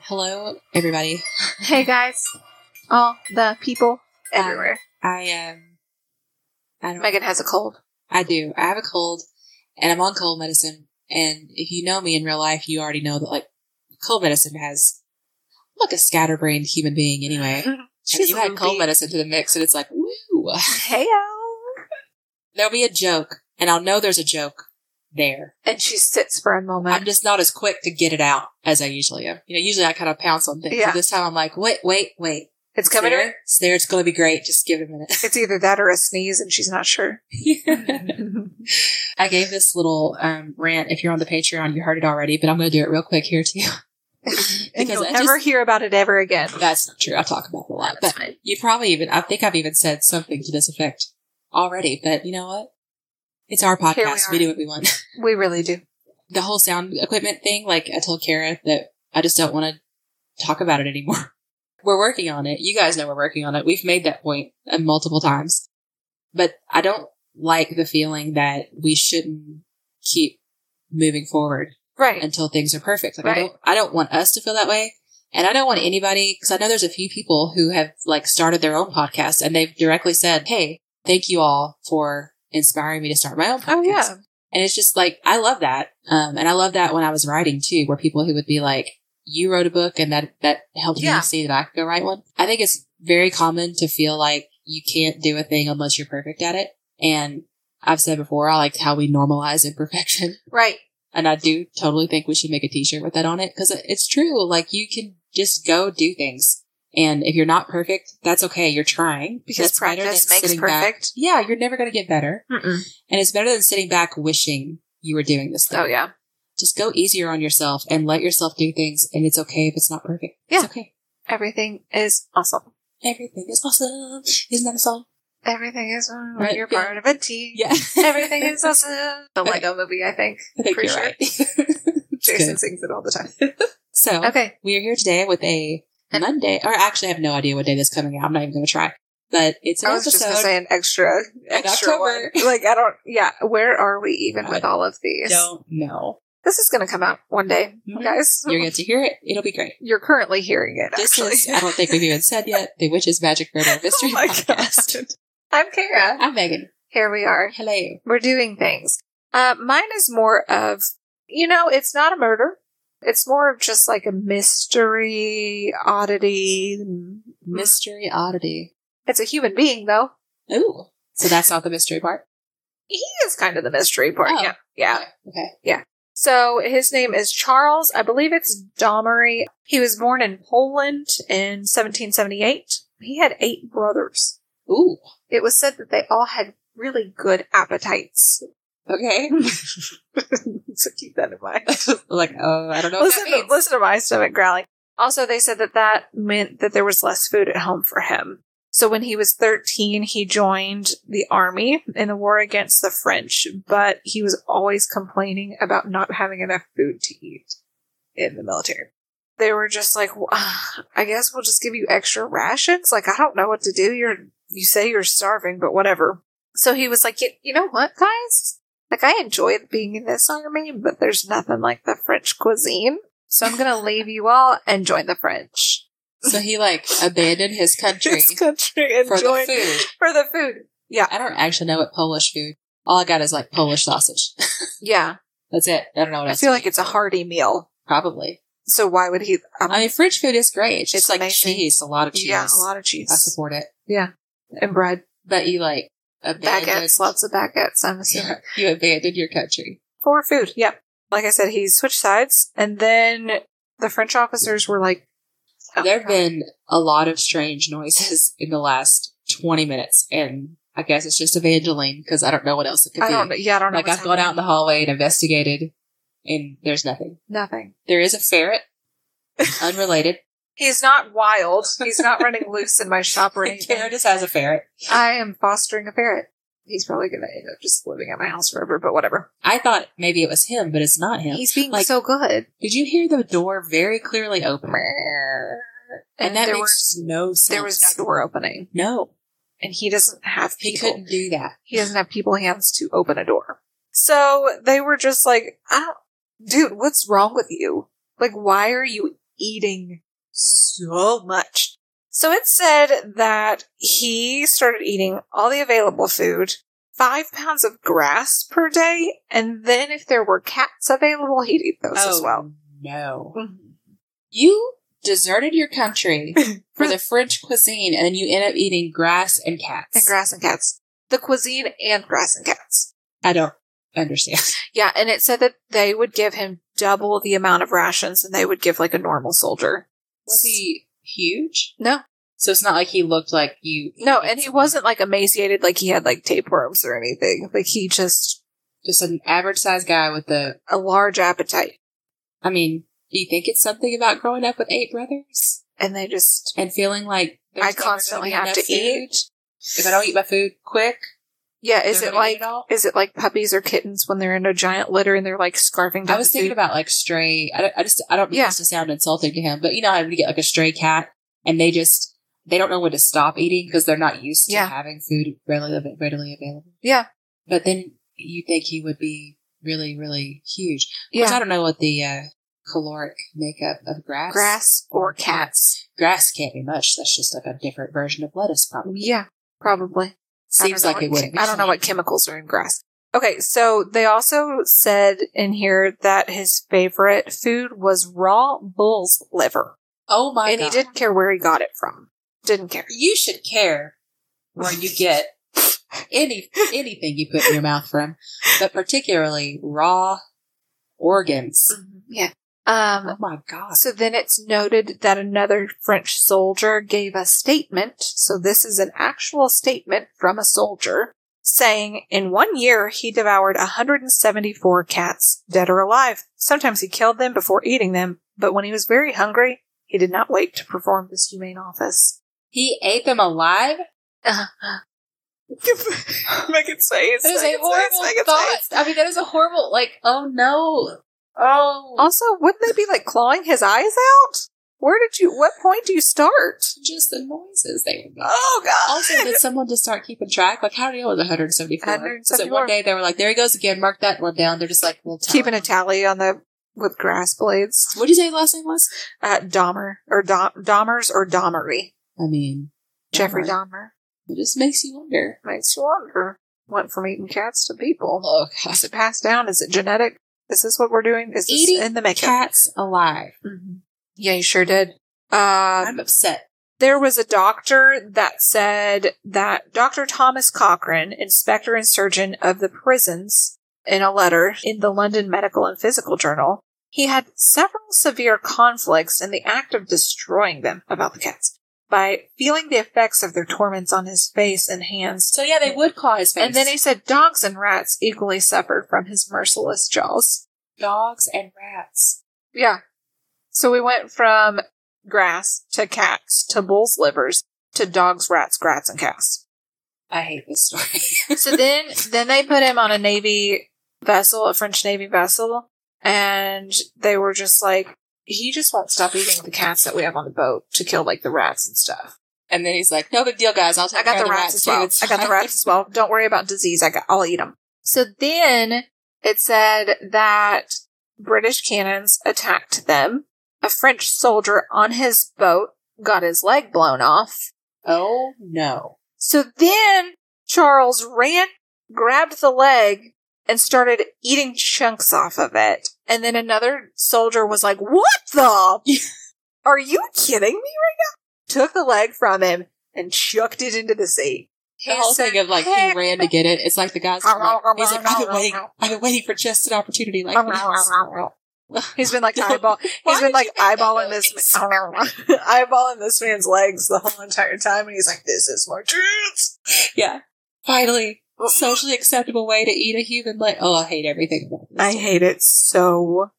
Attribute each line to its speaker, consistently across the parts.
Speaker 1: Hello, everybody.
Speaker 2: Hey guys, all the people everywhere.
Speaker 1: I um, I don't.
Speaker 2: Megan has a cold.
Speaker 1: I do. I have a cold, and I'm on cold medicine. And if you know me in real life, you already know that like cold medicine has I'm like a scatterbrained human being anyway. and you add cold
Speaker 2: loopy.
Speaker 1: medicine to the mix, and it's like woo.
Speaker 2: Hey
Speaker 1: There'll be a joke, and I'll know there's a joke there.
Speaker 2: And she sits for a moment.
Speaker 1: I'm just not as quick to get it out as I usually am. You know, usually I kind of pounce on things.
Speaker 2: Yeah.
Speaker 1: But this time I'm like, wait, wait, wait.
Speaker 2: it's coming.
Speaker 1: It's
Speaker 2: in.
Speaker 1: there. It's there. It's going to be great. Just give it a minute.
Speaker 2: It's either that or a sneeze, and she's not sure.
Speaker 1: I gave this little um, rant. If you're on the Patreon, you heard it already, but I'm going to do it real quick here too.
Speaker 2: and
Speaker 1: Because
Speaker 2: you'll
Speaker 1: I
Speaker 2: never hear about it ever again.
Speaker 1: That's not true. I talk about it a lot,
Speaker 2: That's
Speaker 1: but
Speaker 2: fine.
Speaker 1: you probably even, I think I've even said something to this effect already, but you know what? It's our
Speaker 2: we
Speaker 1: podcast. We,
Speaker 2: are.
Speaker 1: do what we want.
Speaker 2: We really do.
Speaker 1: The whole sound equipment thing, like I told Kara that I just don't want to talk about it anymore. We're working on it. You guys know we're working on it. We've made that point uh, multiple times, but I don't like the feeling that we shouldn't keep moving forward
Speaker 2: Right.
Speaker 1: until things are perfect. Like I
Speaker 2: Right.
Speaker 1: don't, I don't want us to feel that way, and I don't want anybody because I know there's a few people who have like started their own podcast and they've directly said, "Hey, thank you all for inspiring me to start my own podcast."
Speaker 2: oh yeah.
Speaker 1: and it's just like I love that, um, and I love that when I was writing too, where people who would be like, "You wrote a book, and that that helped
Speaker 2: Yeah.
Speaker 1: me see that I could go write one." I think it's very common to feel like you can't do a thing unless you're perfect at it, and I've said before, I like how we normalize imperfection.
Speaker 2: Right.
Speaker 1: And I do totally think we should make a t-shirt with that on it because it's true. Like you can just go do things. And if you're not perfect, that's okay. You're trying
Speaker 2: Because
Speaker 1: That's better
Speaker 2: practice
Speaker 1: than
Speaker 2: makes
Speaker 1: sitting back-
Speaker 2: perfect.
Speaker 1: Yeah. You're never going to get better.
Speaker 2: Mm-mm.
Speaker 1: And it's better than sitting back wishing you were doing this thing.
Speaker 2: Oh yeah.
Speaker 1: Just go easier on yourself and let yourself do things. And it's okay if it's not perfect. It's
Speaker 2: Yeah.
Speaker 1: okay.
Speaker 2: Everything is awesome.
Speaker 1: Everything is awesome. Isn't that a song?
Speaker 2: Everything is when
Speaker 1: Right,
Speaker 2: you're
Speaker 1: yeah.
Speaker 2: part of a team.
Speaker 1: Yeah.
Speaker 2: Everything is awesome. The
Speaker 1: Okay.
Speaker 2: Lego movie, I think.
Speaker 1: I think
Speaker 2: For
Speaker 1: you're
Speaker 2: sure.
Speaker 1: right. It's
Speaker 2: Jason
Speaker 1: good.
Speaker 2: sings it all the time.
Speaker 1: So
Speaker 2: Okay.
Speaker 1: we are here today with a
Speaker 2: And-
Speaker 1: Monday, or actually, I have no idea what day this is coming out. I'm not even going to try. But it's an
Speaker 2: I was just
Speaker 1: episode.
Speaker 2: gonna say an extra extra
Speaker 1: October.
Speaker 2: one. Like I don't yeah, where are we even
Speaker 1: I
Speaker 2: with all of these?
Speaker 1: don't know.
Speaker 2: This is gonna come out one day,
Speaker 1: Mhm.
Speaker 2: guys.
Speaker 1: You're going to hear it. It'll be great.
Speaker 2: You're currently hearing it
Speaker 1: This
Speaker 2: Oh. actually. Oh
Speaker 1: is, I don't think we've even said yet, the Witch's Magic Murder Mystery
Speaker 2: my
Speaker 1: Podcast.
Speaker 2: I'm Kara.
Speaker 1: I'm Megan.
Speaker 2: Here we are.
Speaker 1: Hello.
Speaker 2: We're doing things. Uh, mine is more of you know, it's not a murder. It's more of just like a mystery oddity.
Speaker 1: Mystery Oddity.
Speaker 2: It's a human being though.
Speaker 1: Ooh. So that's not the mystery part?
Speaker 2: He is kind of the mystery part.
Speaker 1: Oh.
Speaker 2: Yeah. Yeah.
Speaker 1: Okay.
Speaker 2: So his name is Charles. I believe it's Domery. He was born in Poland in 1778. He had eight brothers.
Speaker 1: Ooh.
Speaker 2: It was said that they all had really good appetites.
Speaker 1: Okay.
Speaker 2: so keep that in mind.
Speaker 1: like, oh, I don't know.
Speaker 2: listen,
Speaker 1: what that
Speaker 2: to,
Speaker 1: means.
Speaker 2: listen to my stomach growling. Also, they said that that meant that there was less food at home for him. So when he was 13, he joined the army in the war against the French, but he was always complaining about not having enough food to eat in the military. They were just like, "Well, I guess we'll just give you extra rations. Like, I don't know what to do. You're, you say you're starving, but whatever. So he was like, "You- you know what, guys? Like, I enjoyed being in this army, but there's nothing like the French cuisine. So I'm going to leave you all and join the French.
Speaker 1: so he like abandoned his country
Speaker 2: This country and
Speaker 1: for
Speaker 2: join
Speaker 1: the food.
Speaker 2: for the food.
Speaker 1: I don't actually know what Polish food. All I got is like Polish sausage.
Speaker 2: Yeah.
Speaker 1: That's it. I don't know what
Speaker 2: I
Speaker 1: else.
Speaker 2: feel like it's a hearty meal.
Speaker 1: Probably.
Speaker 2: So why would he? Um,
Speaker 1: I mean, French food is great. It's,
Speaker 2: It's
Speaker 1: just like
Speaker 2: amazing.
Speaker 1: cheese, a lot of cheese.
Speaker 2: yeah, a lot of
Speaker 1: I
Speaker 2: cheese.
Speaker 1: support it.
Speaker 2: And bread.
Speaker 1: But you like abandoned,
Speaker 2: Baguettes. Lots of baguettes, I'm assuming.
Speaker 1: Yeah, you abandoned your country.
Speaker 2: for food. Yeah. Like I said, he switched sides, and then the French officers were like, oh,
Speaker 1: there have
Speaker 2: God.
Speaker 1: been a lot of strange noises in the last 20 minutes, and I guess it's just Evangeline because I don't know what else it could
Speaker 2: I
Speaker 1: be.
Speaker 2: don't know. Yeah, I don't know.
Speaker 1: like
Speaker 2: what's
Speaker 1: I've gone out in
Speaker 2: happening.
Speaker 1: the hallway and investigated, and there's nothing.
Speaker 2: Nothing.
Speaker 1: There is a ferret, unrelated.
Speaker 2: He's not wild. He's not running loose in my shop or anything.
Speaker 1: Kara just has a ferret.
Speaker 2: I am fostering a ferret. He's probably going to end up just living at my house forever, but whatever.
Speaker 1: I thought maybe it was him, but it's not him.
Speaker 2: He's being
Speaker 1: Like-
Speaker 2: so good.
Speaker 1: Did you hear the door very clearly open? And, that
Speaker 2: there
Speaker 1: makes
Speaker 2: was
Speaker 1: no sense.
Speaker 2: there was no door opening,
Speaker 1: No,
Speaker 2: and he doesn't have
Speaker 1: he
Speaker 2: people.
Speaker 1: couldn't do that.
Speaker 2: He doesn't have people hands to open a door. "Ah, So they were just like, I don't, dude, what's wrong with you? Like, why are you eating so much. So it said that he started eating all the available food, five pounds of grass per day, and then if there were cats available, he'd eat those as well.
Speaker 1: Oh, no. You deserted your country for the French cuisine and then you end up eating grass and cats.
Speaker 2: And grass and cats. The cuisine and grass and cats.
Speaker 1: I don't understand.
Speaker 2: Yeah, and it said that they would give him double the amount of rations than they would give like a normal soldier.
Speaker 1: Was he huge?
Speaker 2: No.
Speaker 1: So it's not like he looked like you.
Speaker 2: No, and he wasn't like emaciated like he had like tapeworms or anything. Like he just
Speaker 1: Just an average sized guy with the.
Speaker 2: a large appetite.
Speaker 1: I mean, do you think it's something about growing up with eight brothers
Speaker 2: And they just
Speaker 1: and feeling like there's
Speaker 2: I
Speaker 1: never gonna
Speaker 2: constantly
Speaker 1: be
Speaker 2: have
Speaker 1: enough
Speaker 2: to
Speaker 1: food?
Speaker 2: eat.
Speaker 1: If I don't eat my food quick,
Speaker 2: Yeah, is
Speaker 1: they're
Speaker 2: it
Speaker 1: gonna eat
Speaker 2: like
Speaker 1: it all?
Speaker 2: is it like puppies or kittens when they're in a giant litter and they're like scarfing down
Speaker 1: I was
Speaker 2: the
Speaker 1: thinking
Speaker 2: food?
Speaker 1: about like stray. I, don't- I just I don't mean
Speaker 2: Yeah.
Speaker 1: this to sound insulting to him, but you know how you get like a stray cat and they just they don't know when to stop eating because they're not used to
Speaker 2: Yeah.
Speaker 1: having food readily av- readily available.
Speaker 2: Yeah.
Speaker 1: But then you think he would be really really huge. Which
Speaker 2: yeah,
Speaker 1: I don't know what the uh, caloric makeup of grass
Speaker 2: grass or cats.
Speaker 1: grass can't be much. That's just like a different version of lettuce, probably.
Speaker 2: Yeah, probably. I don't
Speaker 1: Seems
Speaker 2: know
Speaker 1: like
Speaker 2: what
Speaker 1: it would.
Speaker 2: chem- I don't know what chemicals are in grass. Okay, so they also said in here that his favorite food was raw bull's liver,
Speaker 1: Oh my
Speaker 2: and
Speaker 1: god!
Speaker 2: he didn't care where he got it from. Didn't care.
Speaker 1: You should care where you get any anything you put in your mouth from, but particularly raw organs.
Speaker 2: Yeah. Um,
Speaker 1: Oh my god!
Speaker 2: Mm-hmm. So then it's noted that another French soldier gave a statement. So this is an actual statement from a soldier saying in one year he devoured 174 cats, dead or alive. Sometimes he killed them before eating them, but when he was very hungry, he did not wait to perform this humane office.
Speaker 1: He ate them alive.
Speaker 2: Make it say it.
Speaker 1: That is a horrible thought. I mean, that is a horrible. Like, oh no, oh,
Speaker 2: Also, wouldn't they be like clawing his eyes out? Where did you? What point do you start?
Speaker 1: just the noises they would make.
Speaker 2: Oh God!
Speaker 1: Also, did someone just start keeping track? Like, how do you know it was 174?
Speaker 2: 174.
Speaker 1: So one day they were like, there he goes again, mark that one down. They're just like, well,
Speaker 2: keeping a
Speaker 1: it.
Speaker 2: tally on the with grass blades.
Speaker 1: What did you say his last name was?
Speaker 2: Uh, Dahmer or Dom, Dahmer's or Dahmery.
Speaker 1: I mean,
Speaker 2: Jeffrey
Speaker 1: Dahmer.
Speaker 2: Dahmer
Speaker 1: It just makes you wonder.
Speaker 2: makes you wonder. Went from eating cats to people.
Speaker 1: Oh, God.
Speaker 2: Is it passed down? Is it genetic? Is this what we're doing? Is this
Speaker 1: Eating
Speaker 2: in the makeup?
Speaker 1: Cats alive.
Speaker 2: Mhm. Yeah, you sure did. Uh,
Speaker 1: I'm upset.
Speaker 2: there was a doctor that said that Dr. Thomas Cochrane, inspector and surgeon of the prisons, in a letter in the London Medical and Physical Journal, he had several severe conflicts in the act of destroying them about the cats by feeling the effects of their torments on his face and hands.
Speaker 1: So yeah, they would claw his face.
Speaker 2: And then he said dogs and rats equally suffered from his merciless jaws.
Speaker 1: dogs and rats.
Speaker 2: Yeah. So we went from grass to cats to bulls' livers to dogs, rats, grats, and cats.
Speaker 1: I hate this story.
Speaker 2: so then then they put him on a navy vessel a french navy vessel and they were just like he just won't stop eating the cats that we have on the boat to kill like the rats and stuff
Speaker 1: and then he's like, no big deal, guys. I'll take
Speaker 2: i got
Speaker 1: care
Speaker 2: the
Speaker 1: of
Speaker 2: rats as
Speaker 1: too.
Speaker 2: well
Speaker 1: It's
Speaker 2: i got the
Speaker 1: fine."
Speaker 2: rats as well don't worry about disease i got i'll eat them so then it said that british cannons attacked them a french soldier on his boat got his leg blown off
Speaker 1: Oh no.
Speaker 2: so then Charles ran, grabbed the leg, and started eating chunks off of it. And then another soldier was like, What the? Are you kidding me right now? Took the leg from him and chucked it into the sea.
Speaker 1: The whole thing of like he ran to get it. It's like the guys. that are Like, he's like, I've been waiting. I've been waiting for just an opportunity like this.
Speaker 2: He's been like eyeball.
Speaker 1: Why
Speaker 2: He's been
Speaker 1: did
Speaker 2: like
Speaker 1: you make that
Speaker 2: eyeballing this
Speaker 1: noise?
Speaker 2: eyeballing this man's legs the whole entire time, and he's like, "This is my chance."
Speaker 1: Yeah. Finally,
Speaker 2: Mm-hmm.
Speaker 1: socially acceptable way to eat a human leg. Oh, I hate everything about this.
Speaker 2: I hate it so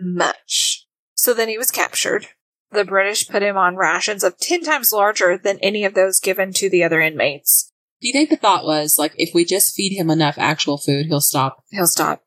Speaker 2: much. So then he was captured. The British put him on rations of 10 times larger than any of those given to the other inmates.
Speaker 1: Do you think the thought was like, if we just feed him enough actual food, he'll stop?
Speaker 2: He'll stop.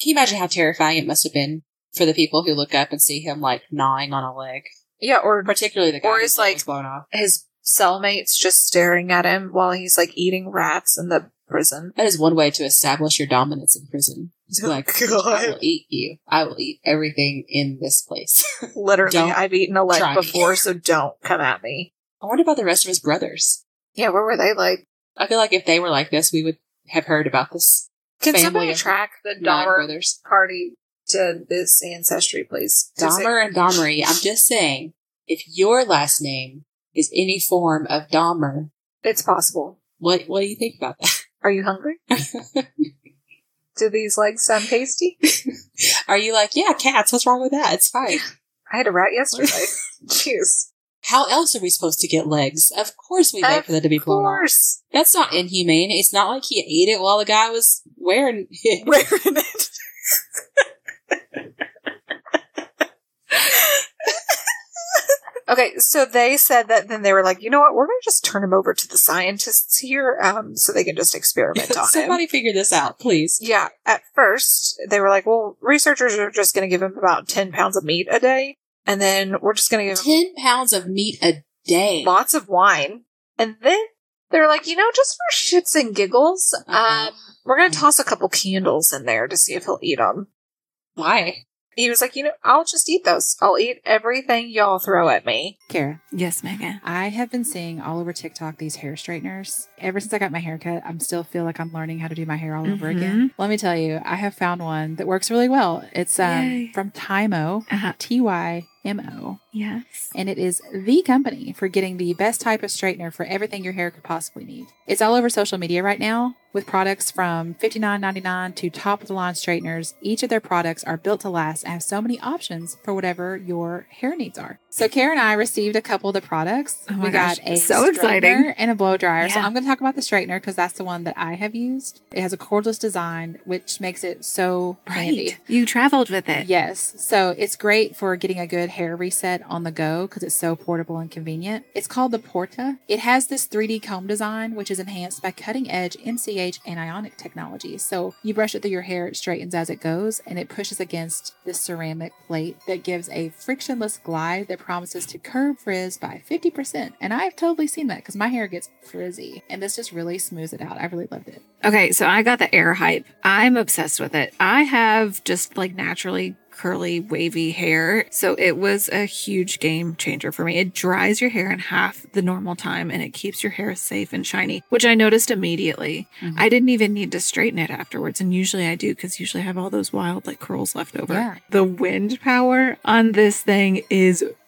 Speaker 1: Can you imagine how terrifying it must have been for the people who look up and see him like gnawing on a leg,
Speaker 2: Yeah, or
Speaker 1: particularly the guy
Speaker 2: Or
Speaker 1: whose
Speaker 2: it's
Speaker 1: leg
Speaker 2: like-
Speaker 1: was blown off.
Speaker 2: his cellmates just staring at him while he's like eating rats in the prison.
Speaker 1: That is one way to establish your dominance in prison. Just be
Speaker 2: Oh,
Speaker 1: like, I will eat you. I will eat everything in this place.
Speaker 2: Literally,
Speaker 1: Don't
Speaker 2: I've eaten a leg
Speaker 1: try me.
Speaker 2: before, so don't come at me.
Speaker 1: I wonder about the rest of his brothers.
Speaker 2: Yeah, where were they? Like,
Speaker 1: I feel like if they were like this, we would have heard about this.
Speaker 2: can
Speaker 1: Family
Speaker 2: somebody
Speaker 1: of
Speaker 2: track the
Speaker 1: Nine
Speaker 2: Dahmer
Speaker 1: brothers.
Speaker 2: party to this ancestry, please? 'Cause it-
Speaker 1: Dahmer and Dahmery. I'm just saying, if your last name is any form of Dahmer,
Speaker 2: it's possible.
Speaker 1: what what do you think about that?
Speaker 2: Are you hungry? Do these legs sound tasty?
Speaker 1: Are you like, yeah, cats, what's wrong with that? It's fine.
Speaker 2: I had a rat yesterday. Jeez.
Speaker 1: How else are we supposed to get legs? Of course we wait
Speaker 2: Of
Speaker 1: for that to be
Speaker 2: Of
Speaker 1: blown off.
Speaker 2: course.
Speaker 1: That's not inhumane. It's not like he ate it while the guy was wearing it.
Speaker 2: Wearing it. okay, so they said that then they were like, you know what, we're going to just turn him over to the scientists here um, so they can just experiment on him.
Speaker 1: Somebody figure this out, please.
Speaker 2: Yeah, at first they were like, well, researchers are just going to give him about 10 pounds of meat a day, and then we're just going to give him
Speaker 1: Ten pounds of meat a day.
Speaker 2: lots of wine. And then they're like, you know, just for shits and giggles,
Speaker 1: Uh-huh.
Speaker 2: um, we're going to toss a couple candles in there to see if he'll eat them.
Speaker 1: Why,
Speaker 2: He was like, you know, I'll just eat those. I'll eat everything y'all throw at me.
Speaker 3: Kara,
Speaker 4: Yes, Megan.
Speaker 3: I have been seeing all over TikTok these hair straighteners. Ever since I got my haircut, I'm still feel like I'm learning how to do my hair all over
Speaker 4: Mhm.
Speaker 3: again. Let me tell you, I have found one that works really well. It's um,
Speaker 4: Yay.
Speaker 3: from Tymo,
Speaker 4: Uh-huh.
Speaker 3: T Y M O.
Speaker 4: Yes.
Speaker 3: and it is the company for getting the best type of straightener for everything your hair could possibly need. It's all over social media right now with products from $59.99 to top of the line straighteners. Each of their products are built to last and have so many options for whatever your hair needs are. So Karen and I received a couple of the products.
Speaker 4: Oh my
Speaker 3: we
Speaker 4: gosh,
Speaker 3: got a
Speaker 4: so exciting.
Speaker 3: straightener and a blow dryer. So
Speaker 4: Yeah.
Speaker 3: I'm going to talk about the straightener because that's the one that I have used. It has a cordless design, which makes it so handy.
Speaker 4: Right. You traveled with it.
Speaker 3: Yes. So it's great for getting a good hair reset on the go because it's so portable and convenient. It's called the Porta. It has this 3D comb design, which is enhanced by cutting edge MCH anionic technology. So you brush it through your hair, it straightens as it goes, and it pushes against this ceramic plate that gives a frictionless glide that promises to curb frizz by 50%. And I've totally seen that because my hair gets frizzy. And this just really smooths it out. I really loved it.
Speaker 4: Okay, so I got the air hype. I'm obsessed with it. I have just like naturally curly, wavy hair. So it was a huge game changer for me. It dries your hair in half the normal time and it keeps your hair safe and shiny, which I noticed immediately.
Speaker 3: Mhm.
Speaker 4: I didn't even need to straighten it afterwards. And usually I do because usually I have all those wild like curls left over.
Speaker 3: Yeah.
Speaker 4: The wind power on this thing is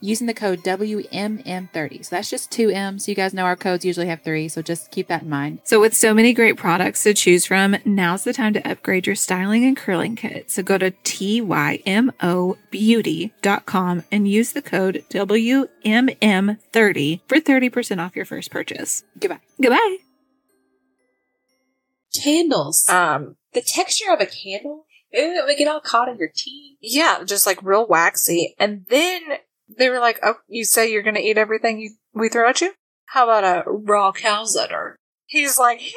Speaker 3: using the code WMM30. So that's just two M's. You guys know our codes usually have three, so just keep that in mind.
Speaker 4: So, with so many great products to choose from, now's the time to upgrade your styling and curling kit. So, go to TYMOBeauty.com and use the code WMM30 for 30% off your first purchase.
Speaker 3: Goodbye.
Speaker 4: Goodbye.
Speaker 1: candles?
Speaker 2: Um,
Speaker 1: the texture of a candle. Ew, we get all caught in your teeth.
Speaker 2: yeah, just like real waxy. And then they were like, oh, you say you're going to eat everything you, we throw at you? How about a raw cow's udder? He's like, heck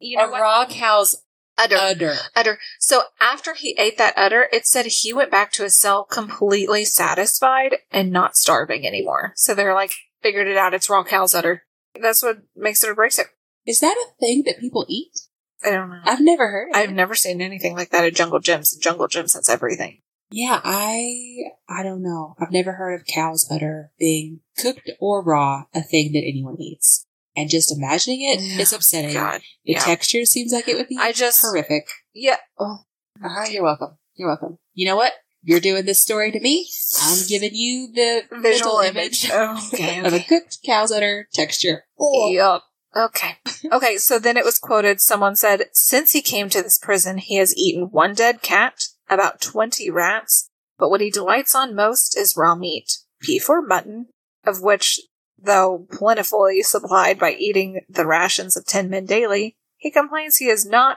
Speaker 2: yeah. You
Speaker 1: a raw cow's
Speaker 2: Udder.
Speaker 1: udder.
Speaker 2: udder. So after he ate that udder, it said he went back to his cell completely satisfied and not starving anymore. So they're like, figured it out. It's raw cow's udder. That's what makes it or breaks it.
Speaker 1: Is that a thing that people eat?
Speaker 2: I don't know.
Speaker 1: I've never heard. Of
Speaker 2: I've
Speaker 1: it.
Speaker 2: never seen anything like that at Jungle Gyms. Jungle Gyms has everything.
Speaker 1: Yeah, I I don't know. I've never heard of cow's udder being cooked or raw a thing that anyone eats. And just imagining it is
Speaker 2: Yeah.
Speaker 1: upsetting.
Speaker 2: God.
Speaker 1: The
Speaker 2: Yeah.
Speaker 1: texture seems like it would be
Speaker 2: I just-
Speaker 1: horrific.
Speaker 2: Yeah.
Speaker 1: Uh-huh, you're welcome. You're welcome. You know what? You're doing this story to me. I'm giving you the
Speaker 2: Visual
Speaker 1: mental
Speaker 2: image.
Speaker 1: image
Speaker 2: Okay.
Speaker 1: of a cooked cow's udder texture.
Speaker 2: Yep. Okay. Okay, so then it was quoted someone said, Since he came to this prison, he has eaten one dead cat, about 20 rats, but what he delights on most is raw meat, beef or mutton, of which, though plentifully supplied by eating the rations of 10 men daily, he complains he is not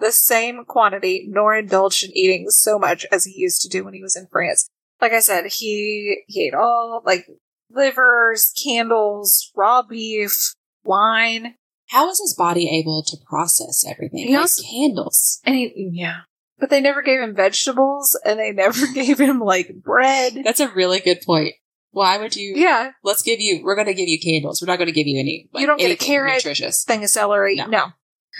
Speaker 2: the same quantity nor indulged in eating so much as he used to do when he was in France. Like I said, he he ate all like livers, candles, raw beef, wine,
Speaker 1: How is his body able to process everything?
Speaker 2: He
Speaker 1: like
Speaker 2: also-
Speaker 1: candles.
Speaker 2: and he, yeah. But they never gave him vegetables, and they never gave him like bread.
Speaker 1: That's a really good point. Why would you?
Speaker 2: Yeah,
Speaker 1: Let's give you. We're going to give you candles. We're not going to give you any.
Speaker 2: You don't get a
Speaker 1: anything
Speaker 2: carrot.
Speaker 1: Nutritious.
Speaker 2: thing of celery.
Speaker 1: No.
Speaker 2: no,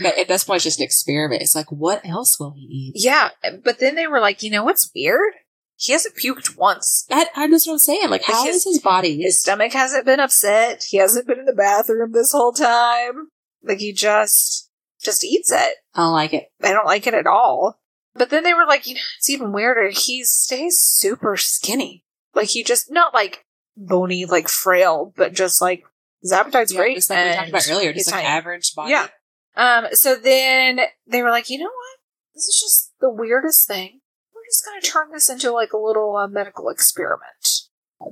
Speaker 1: But at this point, it's just an experiment. It's like, what else will he eat?
Speaker 2: Yeah, but then they were like, you know what's weird? He hasn't puked once.
Speaker 1: That, I, that's what I'm saying. Like,
Speaker 2: Like
Speaker 1: how
Speaker 2: his-
Speaker 1: is his body?
Speaker 2: His stomach hasn't been upset. He hasn't been in the bathroom this whole time. Like he just just eats it.
Speaker 1: I don't like it.
Speaker 2: I don't like it at all. But then they were like, you know, it's even weirder. He stays super skinny. Like he just not like bony, like frail, but just like his appetite's
Speaker 1: Yeah,
Speaker 2: great.
Speaker 1: Just like we talked
Speaker 2: and
Speaker 1: about earlier, just
Speaker 2: he's
Speaker 1: like
Speaker 2: tiny.
Speaker 1: average body.
Speaker 2: Yeah. Um, so then they were like, you know what? This is just the weirdest thing. We're just going to turn this into like a little uh, medical experiment.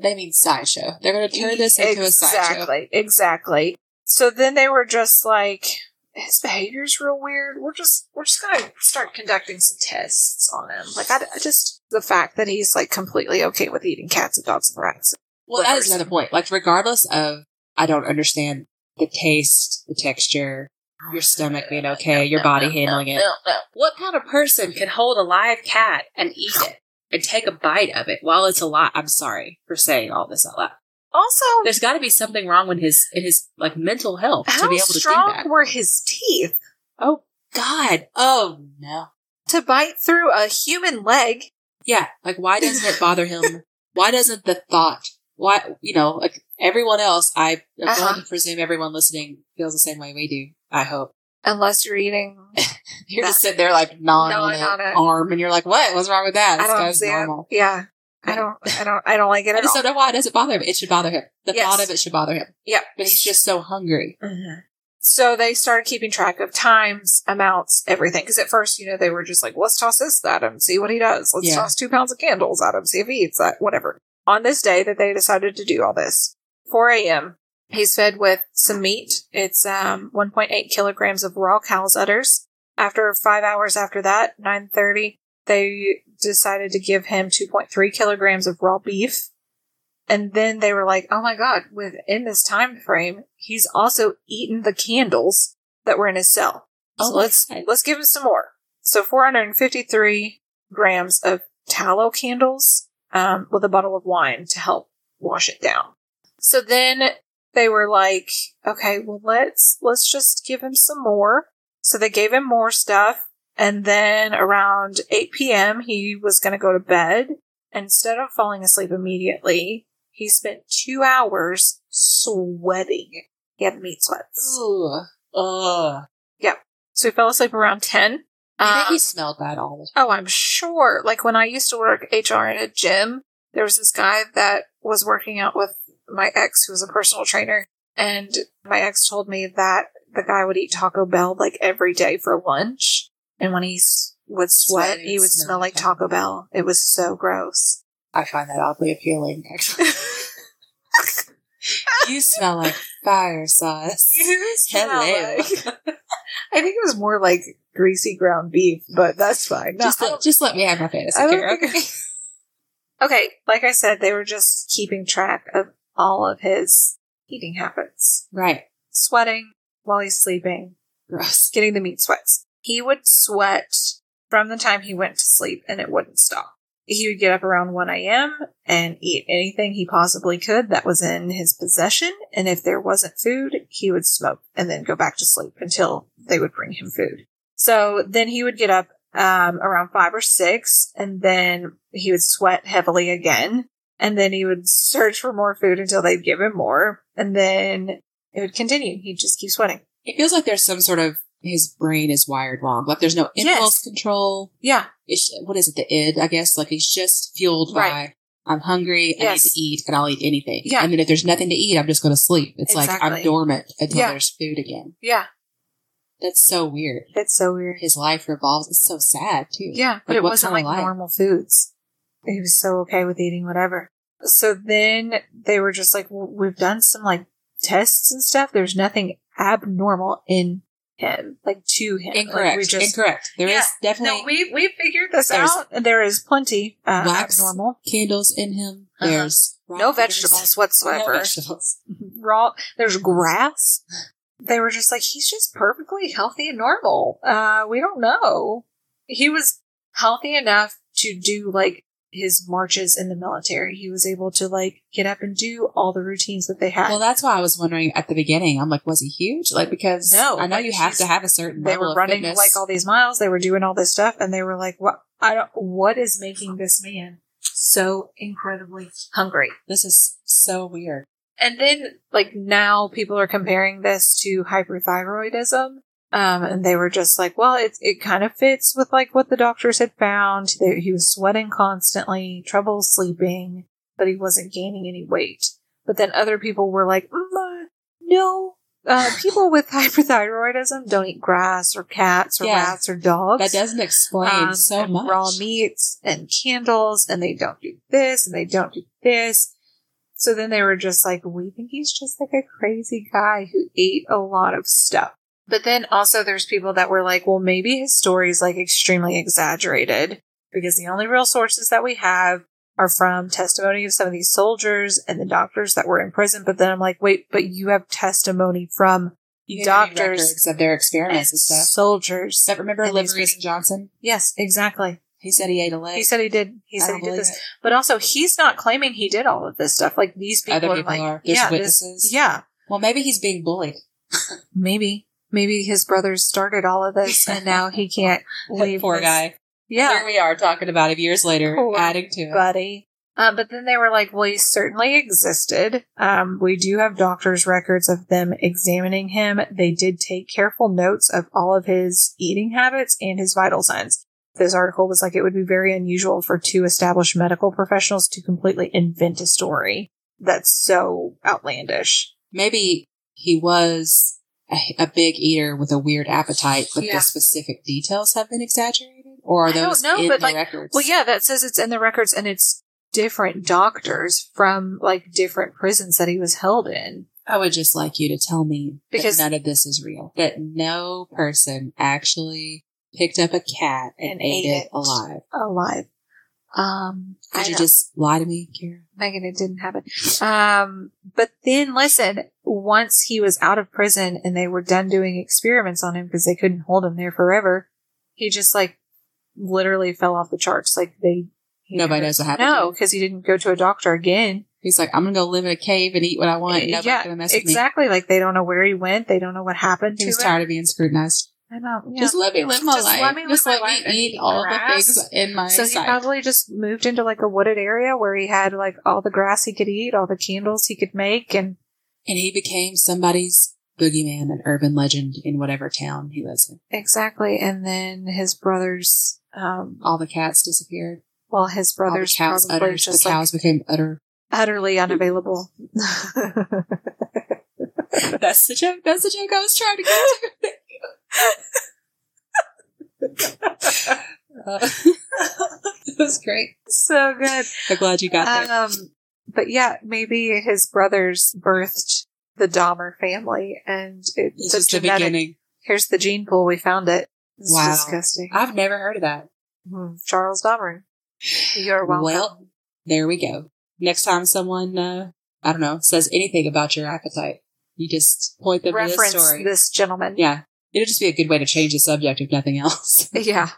Speaker 1: They mean sideshow. They're going to turn this into a sideshow.
Speaker 2: Exactly, exactly. So then they were just like, his behavior's real weird. We're just, we're just going to start conducting some tests on him. Like, I, I just, the fact that he's like completely okay with eating cats and dogs and rats.
Speaker 1: Well, that is
Speaker 2: Whatever.
Speaker 1: another point. Like, regardless of, I don't understand the taste, the texture, your stomach being okay, your body handling it. What kind of person can hold a live cat and eat it and take a bite of it while it's alive? I'm sorry for saying all this out loud.
Speaker 2: Also,
Speaker 1: There's got to be something wrong with his in his like mental health to
Speaker 2: how
Speaker 1: be able to do
Speaker 2: strong
Speaker 1: that.
Speaker 2: were his teeth?
Speaker 1: Oh God! Oh no!
Speaker 2: to bite through a human leg.
Speaker 1: Yeah, like why doesn't it bother him? why doesn't the thought? Why you know, like everyone else, I am
Speaker 2: Uh-huh.
Speaker 1: going to presume everyone listening feels the same way we do. I hope
Speaker 2: Unless you're eating.
Speaker 1: you're just
Speaker 2: That-
Speaker 1: sitting there like gnawing on
Speaker 2: Gnawing on
Speaker 1: an
Speaker 2: it.
Speaker 1: arm, and you're like, "What? What's wrong with that?
Speaker 2: I
Speaker 1: This
Speaker 2: don't
Speaker 1: guy's
Speaker 2: see it.
Speaker 1: normal."
Speaker 2: Yeah. I don't, I don't, I don't like it
Speaker 1: I
Speaker 2: at
Speaker 1: just
Speaker 2: all.
Speaker 1: don't know why it doesn't bother him. It should bother him. The
Speaker 2: Yes.
Speaker 1: thought of it should bother him.
Speaker 2: Yeah.
Speaker 1: But he's just so hungry.
Speaker 2: So they started keeping track of times, amounts, everything. Because at first, you know, they were just like, let's toss this at him, see what he does. Let's
Speaker 1: Yeah.
Speaker 2: toss two pounds of candles at him, see if he eats that, whatever. On this day that they decided to do all this, 4 a.m., he's fed with some meat. It's um, 1.8 kilograms of raw cow's udders. After five hours after that, 9.30, they decided to give him 2.3 kilograms of raw beef. And then they were like, "Oh my god, within this time frame, he's also eaten the candles that were in his cell.
Speaker 1: Oh
Speaker 2: so
Speaker 1: my
Speaker 2: let's
Speaker 1: God.
Speaker 2: let's give him some more." So 453 grams of tallow candles um, with a bottle of wine to help wash it down. So then they were like, "Okay, well let's let's just give him some more." So they gave him more stuff, and then around 8 p.m. he was going to go to bed. Instead of falling asleep immediately, he spent two hours sweating. He had meat sweats.
Speaker 1: Ooh, ugh.
Speaker 2: So he fell asleep around 10.
Speaker 1: I think
Speaker 2: Um,
Speaker 1: he smelled that all the
Speaker 2: oh, I'm sure. Like when I used to work HR in a gym, there was this guy that was working out with my ex, who was a personal trainer. And my ex told me that the guy would eat Taco Bell like every day for lunch. And when he s- would sweat,
Speaker 1: Sweating,
Speaker 2: he would
Speaker 1: smell
Speaker 2: smell like
Speaker 1: Taco
Speaker 2: Taco Bell. It was so gross.
Speaker 1: I find that oddly appealing, actually. you smell like fire sauce. Hello.
Speaker 2: I think it was more like greasy ground beef, but that's fine. No,
Speaker 1: just,
Speaker 2: I
Speaker 1: let,
Speaker 2: don't-
Speaker 1: just let me have my fantasy
Speaker 2: I don't
Speaker 1: care.
Speaker 2: think-
Speaker 1: Okay.
Speaker 2: okay, like I said, they were just keeping track of all of his eating habits,
Speaker 1: Right.
Speaker 2: sweating while he's sleeping,
Speaker 1: Gross.
Speaker 2: getting the meat sweats. He would sweat from the time he went to sleep and it wouldn't stop. He would get up around 1 a.m. and eat anything he possibly could that was in his possession. And if there wasn't food, he would smoke and then go back to sleep until they would bring him food. So then he would get up um, around five or six and then he would sweat heavily again. And then he would search for more food until they'd give him more. And then it would continue. He'd just keep sweating.
Speaker 1: It feels like there's some sort of his brain is wired wrong. Like there's no
Speaker 2: Yes.
Speaker 1: impulse control.
Speaker 2: Yeah.
Speaker 1: It's, what is it? The id, I guess. Like he's just fueled
Speaker 2: Right.
Speaker 1: by I'm hungry. I
Speaker 2: Yes.
Speaker 1: need to eat, and I'll eat anything.
Speaker 2: Yeah.
Speaker 1: And then if there's nothing to eat, I'm just going to sleep. It's like
Speaker 2: Exactly.
Speaker 1: I'm dormant until
Speaker 2: Yeah.
Speaker 1: there's food again.
Speaker 2: Yeah.
Speaker 1: That's so weird.
Speaker 2: It's so weird.
Speaker 1: His life revolves. It's so sad too.
Speaker 2: Yeah, but
Speaker 1: Like,
Speaker 2: it
Speaker 1: what
Speaker 2: wasn't
Speaker 1: kind
Speaker 2: like
Speaker 1: of life?
Speaker 2: normal foods. He was so okay with eating whatever. So then they were just like, well, we've done some like tests and stuff. There's nothing abnormal in him, like to him. Like,
Speaker 1: Incorrect.
Speaker 2: we just
Speaker 1: Incorrect. There is
Speaker 2: Yeah.
Speaker 1: definitely
Speaker 2: no, we we figured this
Speaker 1: There's-
Speaker 2: out. There is plenty uh,
Speaker 1: Wax.
Speaker 2: normal,
Speaker 1: candles in him.
Speaker 2: Uh-huh.
Speaker 1: There's rock
Speaker 2: no
Speaker 1: letters.
Speaker 2: vegetables
Speaker 1: No
Speaker 2: whatsoever.
Speaker 1: vegetables.
Speaker 2: Raw. There's grass. They were just like he's just perfectly healthy and normal. Uh, we don't know. He was healthy enough to do like his marches in the military. He was able to like get up and do all the routines that they had.
Speaker 1: Well, that's why I was wondering at the beginning. I'm like, was he huge? Like because
Speaker 2: No,
Speaker 1: I know
Speaker 2: like,
Speaker 1: you have
Speaker 2: she's-
Speaker 1: to have a certain.
Speaker 2: they
Speaker 1: level
Speaker 2: were
Speaker 1: of
Speaker 2: running
Speaker 1: fitness.
Speaker 2: like all these miles they were doing all this stuff and they were like what i don't what is making this man so incredibly hungry
Speaker 1: This is so weird.
Speaker 2: and then like now people are comparing this to hyperthyroidism um, and they were just like well it, it kind of fits with like what the doctors had found they, he was sweating constantly trouble sleeping but he wasn't gaining any weight but then other people were like mm, uh, no uh, people with hyperthyroidism don't eat grass or cats or
Speaker 1: Yeah.
Speaker 2: rats or dogs
Speaker 1: That doesn't explain
Speaker 2: um,
Speaker 1: so
Speaker 2: and
Speaker 1: much.
Speaker 2: raw meats and candles and they don't do this and they don't do this so then they were just like we think he's just like a crazy guy who ate a lot of stuff but then also there's people that were like well maybe his story is like extremely exaggerated because the only real sources that we have are from testimony of some of these soldiers and the doctors that were in prison but then i'm like wait but you have testimony from
Speaker 1: You have any
Speaker 2: doctors
Speaker 1: records of their
Speaker 2: and
Speaker 1: experiments and stuff.
Speaker 2: soldiers
Speaker 1: Except remember
Speaker 2: and
Speaker 1: Liz
Speaker 2: these
Speaker 1: Mason Johnson?
Speaker 2: yes exactly
Speaker 1: He said he ate a leg.
Speaker 2: he said he did. He
Speaker 1: I
Speaker 2: said
Speaker 1: don't
Speaker 2: he did
Speaker 1: believe
Speaker 2: this.
Speaker 1: it.
Speaker 2: But also, he's not claiming he did all of this stuff. Like these people
Speaker 1: Other
Speaker 2: are
Speaker 1: people
Speaker 2: like,
Speaker 1: are. There's
Speaker 2: yeah, this-
Speaker 1: witnesses.
Speaker 2: yeah,
Speaker 1: Well, maybe he's being bullied.
Speaker 2: maybe, maybe his brothers started all of this, and now he can't leave.
Speaker 1: Poor
Speaker 2: this-
Speaker 1: guy.
Speaker 2: Yeah,
Speaker 1: Here we are talking about him years later,
Speaker 2: Poor
Speaker 1: adding to it.
Speaker 2: buddy. Uh, but then they were like, well, he certainly existed. Um, we do have doctor's records of them examining him. They did take careful notes of all of his eating habits and his vital signs. This article was like, it would be very unusual for two established medical professionals to completely invent a story that's so outlandish.
Speaker 1: maybe he was a, a big eater with a weird appetite, but
Speaker 2: Yeah.
Speaker 1: the specific details have been exaggerated, or are
Speaker 2: I don't
Speaker 1: those
Speaker 2: know,
Speaker 1: in
Speaker 2: but,
Speaker 1: the
Speaker 2: like,
Speaker 1: records?
Speaker 2: Well, yeah, that says it's in the records and it's different doctors from like different prisons that he was held in.
Speaker 1: I would just like you to tell me
Speaker 2: Because-
Speaker 1: because none of this is real. That no person actually picked up a cat and,
Speaker 2: And
Speaker 1: ate,
Speaker 2: ate
Speaker 1: it,
Speaker 2: it.
Speaker 1: alive.
Speaker 2: Alive. Um,
Speaker 1: Could
Speaker 2: I
Speaker 1: you
Speaker 2: know.
Speaker 1: just lie to me, Kara?
Speaker 2: Megan, it didn't happen. Um, but then listen, once he was out of prison and they were done doing experiments on him because they couldn't hold him there forever, he just like literally fell off the charts. Like they, he
Speaker 1: Nobody
Speaker 2: never-
Speaker 1: knows what happened. to
Speaker 2: No,
Speaker 1: him.
Speaker 2: because he didn't go to a doctor again.
Speaker 1: He's like, I'm gonna go live in a cave and eat what I want. And nobody's
Speaker 2: Eh, yeah,
Speaker 1: gonna mess with
Speaker 2: exactly. Like they don't know where he went. They don't know what happened
Speaker 1: me. He
Speaker 2: to
Speaker 1: was
Speaker 2: him.
Speaker 1: tired of being scrutinized.
Speaker 2: I know. Yeah.
Speaker 1: Just let me live my
Speaker 2: Just
Speaker 1: life.
Speaker 2: let me live
Speaker 1: just
Speaker 2: my
Speaker 1: let
Speaker 2: life and
Speaker 1: me eat
Speaker 2: eat
Speaker 1: all
Speaker 2: grass.
Speaker 1: the things in my
Speaker 2: so he
Speaker 1: sight.
Speaker 2: probably just moved into like a wooded area where he had like all the grass he could eat, all the candles he could make, and
Speaker 1: and he became somebody's boogeyman, an urban legend in whatever town he lives in.
Speaker 2: Exactly. And then his brothers, um,
Speaker 1: All the cats disappeared.
Speaker 2: well, his brothers
Speaker 1: all the cows
Speaker 2: probably
Speaker 1: utters. The
Speaker 2: just
Speaker 1: cows became utter.
Speaker 2: like utterly unavailable.
Speaker 1: That's the joke. That's the joke I was trying to get to. Uh, it was great.
Speaker 2: so good.
Speaker 1: I'm glad you got there.
Speaker 2: Um, but yeah, maybe his brothers birthed the Dahmer family and it,
Speaker 1: It's
Speaker 2: the
Speaker 1: just the
Speaker 2: genetic,
Speaker 1: beginning.
Speaker 2: here's the gene pool. We found it. It's
Speaker 1: Wow.
Speaker 2: disgusting.
Speaker 1: I've never heard of that.
Speaker 2: Mhm. Charles Dahmer. You're welcome.
Speaker 1: Well, there we go. Next time someone, uh, I don't know, says anything about your appetite, you just point them to this
Speaker 2: reference
Speaker 1: story.
Speaker 2: this gentleman.
Speaker 1: yeah. It'll just be a good way to change the subject, if nothing else.
Speaker 2: Yeah.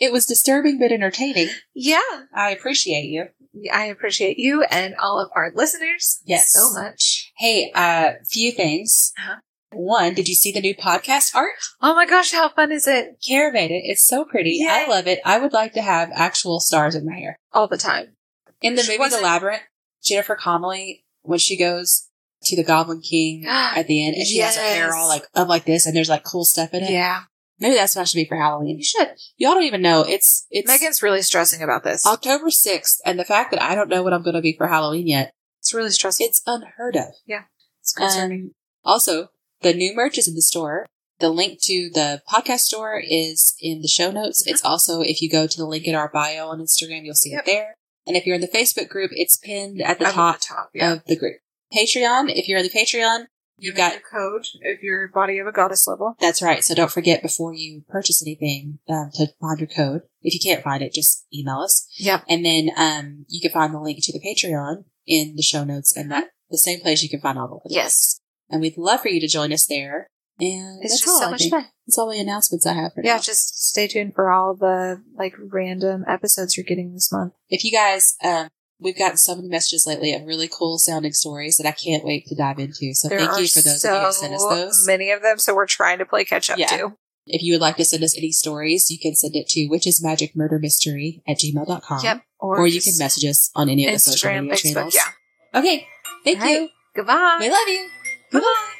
Speaker 1: it was disturbing but entertaining.
Speaker 2: Yeah.
Speaker 1: I appreciate you.
Speaker 2: I appreciate you and all of our listeners
Speaker 1: Yes.
Speaker 2: so much.
Speaker 1: Hey, uh, few things.
Speaker 2: Uh-huh.
Speaker 1: One, did you see the new podcast art?
Speaker 2: Oh my gosh, how fun is it?
Speaker 1: Kara made it. It's so pretty.
Speaker 2: Yay.
Speaker 1: I love it. I would like to have actual stars in my hair.
Speaker 2: All the time.
Speaker 1: In the
Speaker 2: She
Speaker 1: movie
Speaker 2: wasn't-
Speaker 1: The Labyrinth, Jennifer Connelly, when she goes to the Goblin King at the end, and she has her hair all
Speaker 2: Ah, Yes.
Speaker 1: like up like this, and there's like cool stuff in it.
Speaker 2: Yeah.
Speaker 1: Maybe that's what I should be for Halloween. You should. Y'all don't even know. It's it's
Speaker 2: Megan's really stressing about this.
Speaker 1: October sixth, and the fact that I don't know what I'm going to be for Halloween yet,
Speaker 2: it's really stressful.
Speaker 1: it's unheard of.
Speaker 2: It's concerning.
Speaker 1: Um, also, the new merch is in the store. The link to the podcast store is in the show notes. It's also, if you go to the link in our bio on Instagram, you'll see
Speaker 2: Mm-hmm. Yep.
Speaker 1: it there. And if you're in the Facebook group, it's pinned at the
Speaker 2: I'm at
Speaker 1: top
Speaker 2: the top, yeah.
Speaker 1: of the group. Patreon, if you're in the Patreon, You
Speaker 2: Give
Speaker 1: um, got-
Speaker 2: us your code if you're body of a goddess level.
Speaker 1: That's right. So don't forget before you purchase anything um, to find your code. If you can't find it, just email us.
Speaker 2: Yep.
Speaker 1: And then um, you can find the link to the Patreon in the show notes and
Speaker 2: Uh-huh.
Speaker 1: that the same place you can find all the links.
Speaker 2: Yes.
Speaker 1: And we'd love for you to join us there. And
Speaker 2: It's
Speaker 1: that's
Speaker 2: just
Speaker 1: all,
Speaker 2: so
Speaker 1: I
Speaker 2: much
Speaker 1: think.
Speaker 2: fun.
Speaker 1: That's all the announcements I have for
Speaker 2: Yeah,
Speaker 1: now.
Speaker 2: just stay tuned for all the like random episodes you're getting this month.
Speaker 1: If you guys, um, we've gotten so many messages lately of really cool sounding stories that I can't wait to dive into. So
Speaker 2: there
Speaker 1: thank
Speaker 2: are
Speaker 1: you for those of you
Speaker 2: so
Speaker 1: who sent us those.
Speaker 2: many of them, so we're trying to play catch up
Speaker 1: Yeah.
Speaker 2: too.
Speaker 1: If you would like to send us any stories, you can send it to witchesmagicmurdermystery at gmail.com.
Speaker 2: Yep.
Speaker 1: Uh-huh. Or you can
Speaker 2: just
Speaker 1: message us on any of the social
Speaker 2: Instagram,
Speaker 1: media
Speaker 2: Facebook.
Speaker 1: channels.
Speaker 2: Yeah.
Speaker 1: Okay. Thank
Speaker 2: All right.
Speaker 1: you.
Speaker 2: Goodbye.
Speaker 1: We love you.
Speaker 2: Bye.